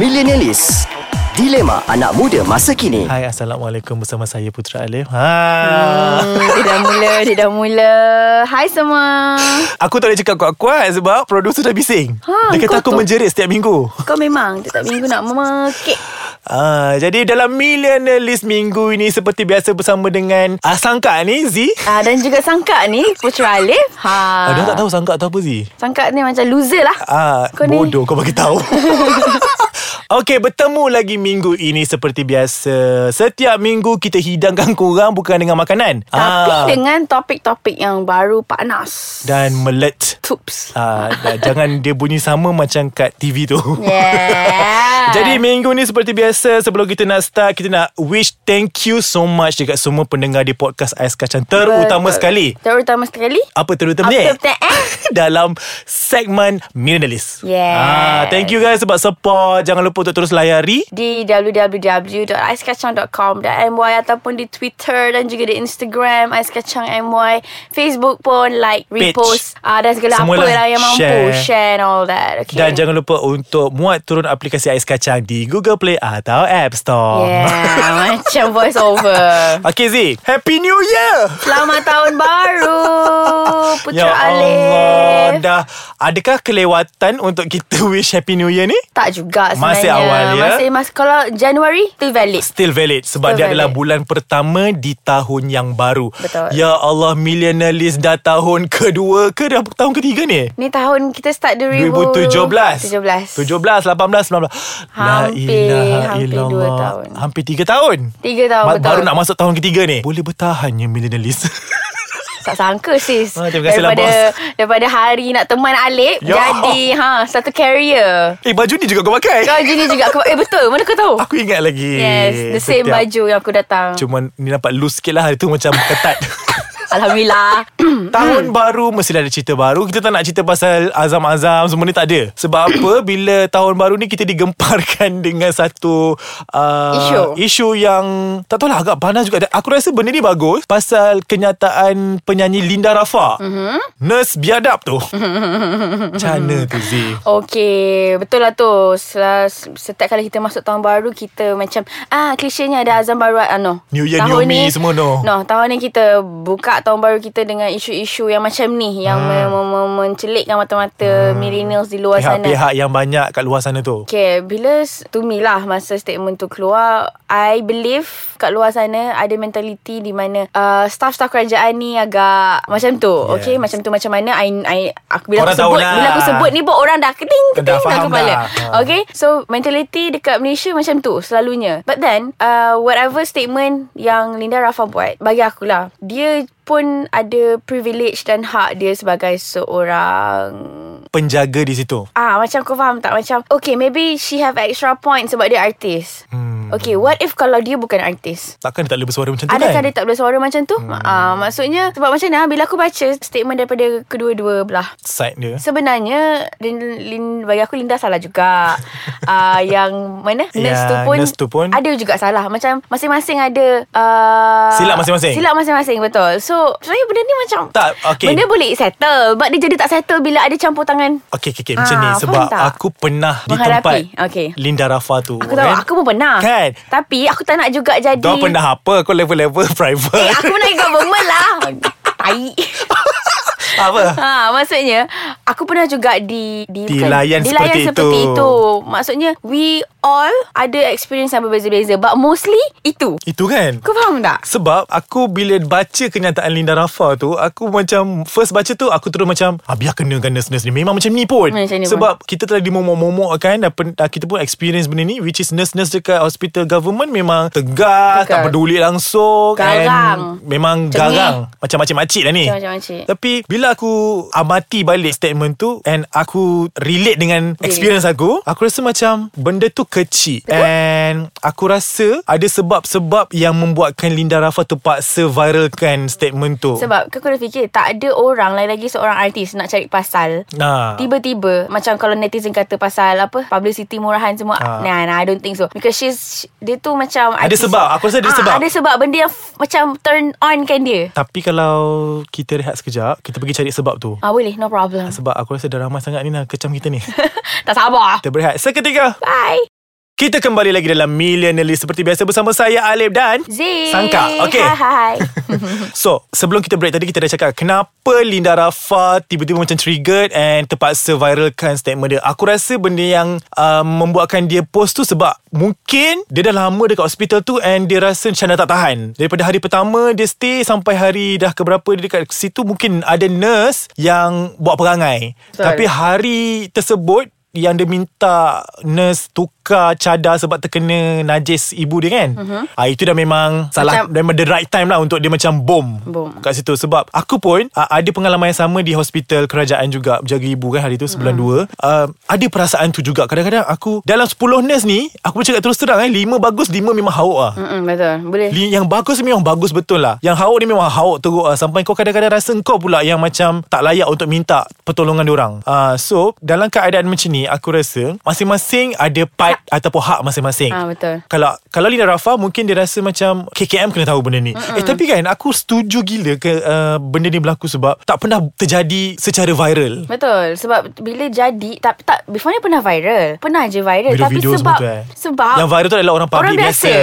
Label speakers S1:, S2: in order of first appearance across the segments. S1: Millenialis Dilema anak muda masa kini
S2: Hai Assalamualaikum bersama saya Putra Alif ha.
S3: Hmm, dia dah mula, dia dah mula. Hai semua.
S2: Aku tak boleh cakap kuat-kuat Sebab producer dah bising ha,
S3: Ha,
S2: Dia kata
S3: kau
S2: aku
S3: tu.
S2: menjerit setiap minggu
S3: Kau memang tetap minggu nak memekik.
S2: ha, Jadi dalam Millionaire List minggu ini Seperti biasa bersama dengan ah, Sangka ni Z
S3: Ah, dan juga sangka ni Putra Alif.
S2: ha.
S3: Ha.
S2: Dia tak tahu Sangka tu apa Z
S3: Sangka ni macam loser lah.
S2: Ah,
S3: Kau ni-
S2: bodoh kau bagi tahu. Okey, bertemu lagi minggu ini seperti biasa. Setiap minggu kita hidangkan korang bukan dengan makanan.
S3: Tapi
S2: Ah,
S3: dengan topik-topik yang baru panas.
S2: dan melet.
S3: Tups.
S2: Ah, dan jangan dia bunyi sama macam kat TV tu. Jadi
S3: Yeah.
S2: minggu ni seperti biasa Sebelum kita nak start Kita nak wish thank you so much Dekat semua pendengar di podcast Ais Kacang Terutama
S3: Betul.
S2: sekali
S3: Terutama sekali.
S2: Apa terutama ni?
S3: Apa terutama, eh?
S2: Dalam segmen Millennialist
S3: Yes.
S2: ah, Thank you guys sebab support Jangan lupa untuk terus layari
S3: di www.aiskacang.com.my ataupun di Twitter dan juga di Instagram aiskacangmy Facebook pun like
S2: Page.
S3: repost uh, dan segala
S2: Semualah.
S3: apa lah yang mampu
S2: Share.
S3: share and all that okay
S2: Dan jangan lupa untuk muat turun aplikasi Ais Kacang di Google Play atau App Store. Oh.
S3: yeah macam voice over
S2: Okay Z, Happy New Year!
S3: Selamat tahun baru Putra
S2: ya Allah,
S3: Alif
S2: dah adakah kelewatan untuk kita wish Happy New Year ni?
S3: tak juga sebenarnya
S2: Masih awal, ya?
S3: Masih mas, Kalau Januari tu valid
S2: Still valid sebab
S3: Still
S2: dia adalah
S3: valid.
S2: bulan pertama di tahun yang baru.
S3: Betul.
S2: Ya Allah, millionaire list dah tahun kedua ke dah tahun ketiga ni?
S3: Ni tahun kita start 2000,
S2: 2017 17
S3: 17
S2: 18 19
S3: Hampir, hampir dua tahun.
S2: Hampir 3 tahun
S3: Tiga tahun, betul.
S2: Baru nak masuk tahun ketiga ni Boleh bertahan ya millennialist
S3: Tak sangka sis
S2: Ah, terima kasih lah,
S3: daripada, Daripada hari nak teman Alip
S2: Ya.
S3: Jadi ha, satu carrier
S2: Eh baju ni juga kau pakai
S3: Kau jenis juga aku, Eh betul mana kau tahu
S2: Aku ingat lagi
S3: Yes The same
S2: Ah, eh, Setiap-
S3: baju yang aku datang
S2: Cuma ni nampak loose sikit lah Hari tu macam ketat
S3: Alhamdulillah
S2: Tahun baru Mesti ada cerita baru Kita tak nak cerita pasal Azam-azam Semua ni tak ada Sebab apa Bila tahun baru ni Kita digemparkan Dengan satu uh,
S3: Isu.
S2: Isu yang Tak tahulah agak panas juga Dan Aku rasa benda ni bagus Pasal kenyataan Penyanyi Linda Rafa mm-hmm.
S3: Mhm.
S2: Nurse biadab tu Macam mana tu Z
S3: Okay Betul lah tu Sel- Setiap kali kita masuk tahun baru Kita macam Ah klisenya ada azam baru ah, No
S2: New Year, New Me semua, no.
S3: No tahun ni kita Buka tahun baru kita Dengan isu-isu yang macam ni Yang
S2: Ah.
S3: me- me- me- mencelikkan mata-mata Millennials di luar sana
S2: Pihak-pihak yang banyak Kat luar sana tu
S3: Okay, bila s- to me lah masa statement tu keluar, I believe kat luar sana ada mentality di mana uh, staff-staff kerajaan ni agak macam tu. Yes. Okay, macam tu macam mana I, I aku bila
S2: Orang
S3: aku
S2: tahu
S3: sebut
S2: lah.
S3: bila aku sebut ni pun orang dah keting keting
S2: Dah
S3: dah,
S2: faham
S3: kepala.
S2: dah. Ha.
S3: Okay, so mentality dekat Malaysia macam tu selalunya. But then uh, whatever statement yang Linda Rafa buat bagi aku lah, dia pun ada privilege dan hak dia sebagai seorang
S2: Penjaga di situ
S3: Ah macam kau faham tak Macam Okay maybe she have extra point Sebab dia artis hmm. Okay what if kalau dia bukan artis
S2: Takkan dia tak boleh bersuara macam tu
S3: Adakah
S2: kan
S3: dia tak boleh suara macam tu hmm. ah, Maksudnya Sebab macam mana Bila aku baca statement daripada Kedua-dua belah
S2: Side dia
S3: Sebenarnya Lin, Lin, Bagi aku Linda salah juga uh, Yang mana Nurse,
S2: Yang
S3: tu pun,
S2: Ya, nurse tu pun.
S3: Ada juga salah Macam masing-masing ada uh,
S2: Silap masing-masing.
S3: Silap masing-masing betul So Sebenarnya benda ni macam
S2: Tak, okay.
S3: Benda boleh settle But dia jadi tak settle Bila ada campur tangan
S2: Okay, okay, okay. Macam
S3: Ah,
S2: ni
S3: faham
S2: Sebab
S3: tak?
S2: aku pernah Di
S3: Menghadapi.
S2: tempat
S3: Okay.
S2: Linda Rafa tu
S3: Aku tahu
S2: kan?
S3: Aku pun pernah
S2: Kan?
S3: Tapi aku tak nak juga jadi
S2: Kau pernah apa Kau level-level
S3: Eh
S2: private
S3: aku nak ikut government lah Tai
S2: Apa
S3: Ha, maksudnya aku pernah juga di di
S2: Dilayan seperti
S3: dilayan seperti
S2: itu.
S3: itu. Maksudnya we all ada experience yang berbeza-beza but mostly itu.
S2: Itu kan
S3: Kau faham tak?
S2: Sebab aku bila baca kenyataan Linda Rafa tu Aku macam First baca tu Aku terus macam ah, Biar kena kan nurse-nurse ni Memang macam ni pun
S3: Macam ni pun.
S2: Sebab kita telah dimomok-momok kan dan pen, ah, Kita pun experience benda ni Which is nurse-nurse dekat hospital government Memang tegas
S3: Tegas.
S2: Tak peduli langsung and
S3: Garang.
S2: Memang
S3: Cengih.
S2: garang Macam macam-macam lah ni
S3: Macam makcik-makcik.
S2: Tapi bila aku amati balik statement tu And aku relate dengan experience aku Aku rasa macam benda tu kecil Betul? And aku rasa ada sebab-sebab yang membuatkan Linda Rafa terpaksa viralkan statement tu
S3: Sebab kau kena fikir tak ada orang lagi-lagi seorang artis nak cari pasal.
S2: Nah,
S3: Tiba-tiba Macam kalau netizen kata Pasal apa Publicity murahan semua
S2: Ah.
S3: ha. Nah nah I don't think so Because she's Dia tu macam
S2: Ada sebab. Aku rasa ada
S3: Ah,
S2: sebab.
S3: Ada sebab Benda yang f- Macam turn on kan dia
S2: tapi kalau kita rehat sekejap Kita pergi pergi cari sebab tu
S3: Ah boleh, no problem.
S2: Sebab aku rasa dah ramai sangat ni nak kecam kita ni
S3: tak sabar.
S2: Kita berehat seketika
S3: Bye.
S2: Kita kembali lagi dalam Millionaire Seperti biasa bersama saya Alif dan
S3: Zee.
S2: Sangka Okay
S3: Hai hai.
S2: So sebelum kita break tadi Kita dah cakap Kenapa Linda Rafa Tiba-tiba macam triggered And terpaksa viralkan statement dia Aku rasa benda yang um, Membuatkan dia post tu Sebab mungkin Dia dah lama dekat hospital tu And dia rasa macam dah tak tahan Daripada hari pertama Dia stay sampai hari Dah keberapa dia dekat situ Mungkin ada nurse Yang buat perangai
S3: Betul.
S2: Tapi hari tersebut yang dia minta nurse tukar cadar sebab terkena najis ibu dia kan uh-huh. ah, Itu dah memang salah
S3: Mhm. Macam-
S2: memang the right time lah untuk dia macam bom,
S3: Bom.
S2: kat situ sebab aku pun uh, ada pengalaman yang sama di hospital kerajaan juga berjaga ibu kan hari tu
S3: Mhm.
S2: sebulan dua uh, ada perasaan tu juga kadang-kadang aku dalam 10 nurse ni aku bercakap terus terang eh 5 bagus 5 memang hauk lah
S3: Mm-mm, betul. Boleh.
S2: Li- Yang bagus ni memang bagus betul lah Yang hauk ni memang hauk teruk lah. Sampai kau kadang-kadang rasa kau pula Yang macam tak layak untuk minta Pertolongan diorang uh, So dalam keadaan macam ni Aku rasa Masing-masing ada part Ataupun hak masing-masing
S3: Ah, betul.
S2: Kalau kalau Lina Rafa Mungkin dia rasa macam KKM kena tahu benda ni mm Eh tapi kan Aku setuju gila ke uh, Benda ni berlaku sebab Tak pernah terjadi Secara viral
S3: Betul Sebab bila jadi tak, tak Before ni pernah viral Pernah je viral Tapi
S2: Video-video
S3: sebab
S2: semua tu eh
S3: Sebab
S2: Yang viral tu adalah orang public
S3: Orang biasa.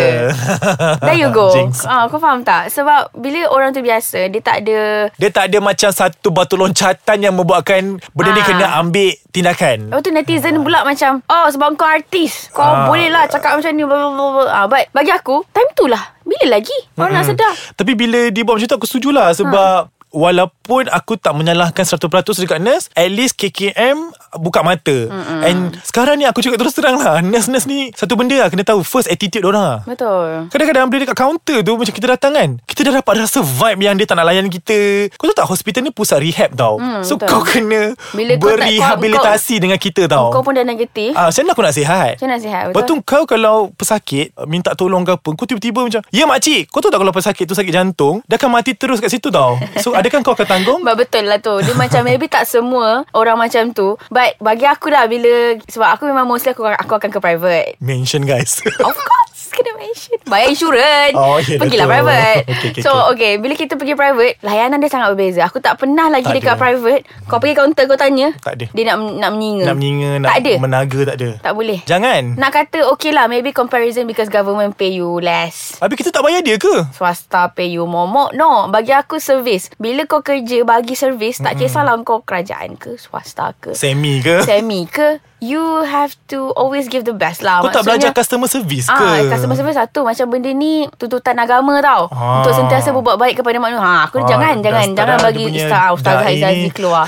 S3: There you go
S2: Jinx.
S3: ah, Kau faham tak Sebab bila orang tu biasa Dia tak ada
S2: Dia tak ada macam satu batu loncatan yang membuatkan benda ni
S3: Ah. Oh.
S2: kena ambil tindakan.
S3: Lepas tu netizen pula macam Oh sebab kau artis Kau
S2: Ah.
S3: boleh lah cakap macam ni blah, blah, blah, blah. ah, But bagi aku Time tu lah Bila lagi Orang nak sedar
S2: Tapi bila dia buat macam tu aku setujulah sebab
S3: Ha.
S2: Walaupun aku tak menyalahkan 100% dekat nurse At least KKM buka mata Mm-mm. And sekarang ni aku cakap terus terang lah Nurse-nurse ni satu benda lah Kena tahu first attitude orang lah
S3: Betul
S2: Kadang-kadang bila dekat counter tu Macam kita datang kan Kita dah dapat rasa vibe yang dia tak nak layan kita Kau tahu tak hospital ni pusat rehab tau hmm, So
S3: betul.
S2: kau kena
S3: Bila kau tak- kau-
S2: berehabilitasi dengan kita tau
S3: Kau pun dah negatif
S2: Oh. Ah, macam mana aku nak sihat?
S3: Macam mana nak sihat, betul?
S2: Lepas tu kau kalau pesakit, uh, minta tolong ke apa, kau tiba-tiba macam, ya makcik, kau tahu tak kalau pesakit tu sakit jantung, dia akan mati terus kat situ tau. So, adakah kau akan tanggung?
S3: But betul lah tu Dia macam maybe tak semua Orang macam tu But bagi aku lah Bila Sebab aku memang mostly Aku, aku akan ke private
S2: Mention guys.
S3: Of course Kena mention Bayar insurans
S2: Oh, ya,
S3: Pergilah
S2: betul.
S3: private
S2: Okey, okey,
S3: So okay Bila kita pergi private Layanan dia sangat berbeza Aku tak pernah lagi
S2: Tak
S3: dekat
S2: ada.
S3: private Kau pergi kaunter kau tanya
S2: Tak ada.
S3: Dia nak nak menyinga
S2: nak menyinga,
S3: Tak
S2: nak
S3: ada
S2: menaga, tak ada.
S3: Tak boleh
S2: Jangan.
S3: Nak kata okay lah Maybe comparison Because government pay you less
S2: Habis kita tak bayar dia ke?
S3: swasta pay you momok no bagi aku servis bila kau kerja bagi servis tak kisahlah kau kerajaan ke swasta ke
S2: Semi ke?
S3: semi ke you have to always give the best lah
S2: Kau tak
S3: Maksudnya-
S2: belajar customer service ke?
S3: Ah, customer service satu macam benda ni tuntutan agama tau.
S2: Ah.
S3: Ah. Untuk sentiasa berbuat baik kepada manusia. Ha,
S2: Ah,
S3: aku ah, jangan
S2: dah
S3: jangan
S2: start
S3: jangan
S2: dah
S3: bagi
S2: dia punya
S3: ustaz ustaz
S2: dai.
S3: Haizazi keluar.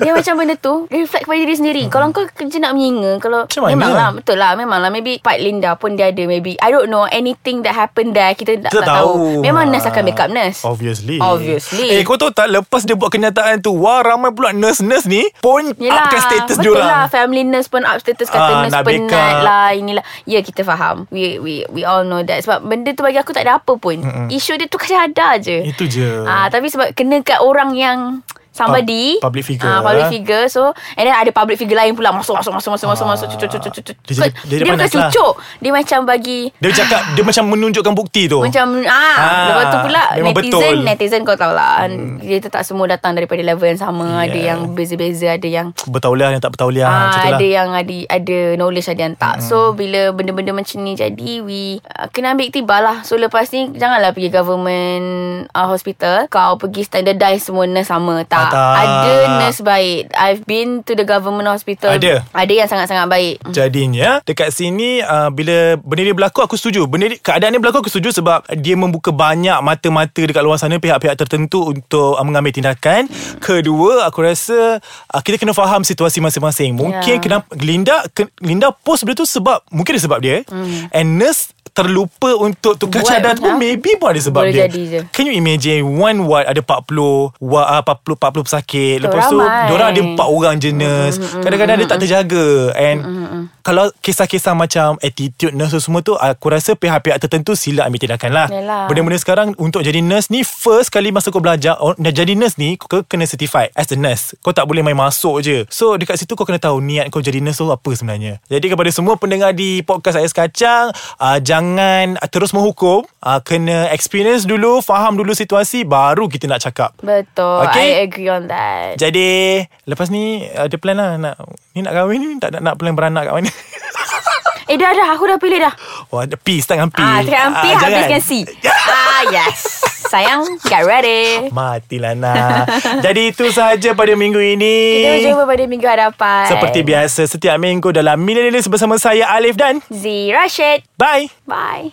S3: dia macam benda tu reflect kepada diri sendiri. Kalau kau kerja nak menyinga kalau
S2: Hmm. Macam mana?
S3: memanglah betul lah memanglah maybe part Linda pun dia ada maybe I don't know anything that happened there kita tak,
S2: Kita Ah,
S3: tak tahu. Memang nurse akan make up nurse.
S2: Obviously
S3: Obviously.
S2: Eh kau tahu tak Lepas dia buat kenyataan tu Wah ramai pula nurse-nurse ni Pun
S3: Yelah,
S2: upkan status
S3: betul
S2: diorang
S3: lah Family nurse pun up status Kata
S2: Ah,
S3: nurse
S2: nak
S3: penat
S2: backup.
S3: lah Inilah Ya kita faham We we we all know that Sebab benda tu bagi aku tak ada apa pun Mm-mm. Isu dia tu kadang ada je
S2: Itu je.
S3: Ah, Tapi sebab kena kat orang yang Somebody
S2: Pub- public figure.
S3: ah, Public figure So And then ada public figure lain pula Masuk masuk masuk masuk masuk masuk cucuk cucuk cucuk
S2: Ah. Dia jadi- dia jadi
S3: Dia bukan
S2: panas lah.
S3: cucuk Dia macam bagi
S2: Dia cakap Dia macam menunjukkan bukti tu
S3: macam ah,
S2: Ah,
S3: ah lepas tu pula
S2: memang
S3: netizen
S2: betul.
S3: netizen kau tahu lah hmm. dia tu tak semua datang daripada level yang sama yeah. ada
S2: Yeah.
S3: yang beza-beza ada yang
S2: Bertauliah yang tak bertauliah
S3: Ah,
S2: Macam tu lah Hmm.
S3: ada yang ada ada knowledge ada yang tak. So bila benda-benda macam ni jadi we uh, kena ambil iktibar lah. So lepas ni janganlah pergi government uh, hospital kau pergi standardized semua nurse sama tak.
S2: Ah, tak.
S3: Ada nurse baik. I've been to the government hospital.
S2: Ada.
S3: Ada yang sangat-sangat baik. Hmm.
S2: Jadinya Dekat sini uh, Bila benda ni berlaku Aku setuju benda ni, Keadaan ni berlaku Aku setuju sebab Dia membuka banyak Mata-mata dekat luar sana Pihak-pihak tertentu Untuk uh, mengambil tindakan Kedua Aku rasa uh, Kita kena faham Situasi masing-masing Mungkin
S3: Ya.
S2: kenapa Linda ke, Linda post benda tu sebab Mungkin ada sebab dia mm. And nurse terlupa untuk tukar
S3: Hmm. Buat
S2: cadar tu pun
S3: macam-
S2: maybe pun ada sebab
S3: Boleh
S2: dia
S3: jadi je.
S2: can you imagine one ward ada 40 ward, uh, 40 40 pesakit Lepas tu
S3: ramai.
S2: Diorang ada empat orang je nurse Kadang-kadang dia tak terjaga And Kalau kisah-kisah macam attitude nurse dan semua tu Aku rasa pihak-pihak tertentu sila ambil tindakan lah
S3: Yalah.
S2: Benda-benda sekarang untuk jadi nurse ni First kali masa kau belajar or- Dah jadi nurse ni Kau kena certified as a nurse Kau tak boleh main masuk je So dekat situ kau kena tahu Niat kau jadi nurse tu apa sebenarnya Jadi kepada semua pendengar di podcast Ais Kacang uh, Jangan terus menghukum uh, Kena experience dulu Faham dulu situasi Baru kita nak cakap
S3: Betul
S2: Okay.
S3: I agree on that
S2: jadi Lepas ni Ada plan lah nak, Ni nak kahwin ni Tak nak, nak plan beranak kat mana
S3: Eh dah dah Aku dah pilih dah
S2: Wah ada peace Tangan peace
S3: Ah, Tengah hampir
S2: jangan.
S3: habiskan C Ah yes Sayang Get ready
S2: Matilah nak Jadi itu sahaja pada minggu ini
S3: Kita jumpa pada minggu hadapan
S2: Seperti biasa Setiap minggu dalam Millennials bersama saya Alif dan
S3: Z Rashid
S2: Bye
S3: Bye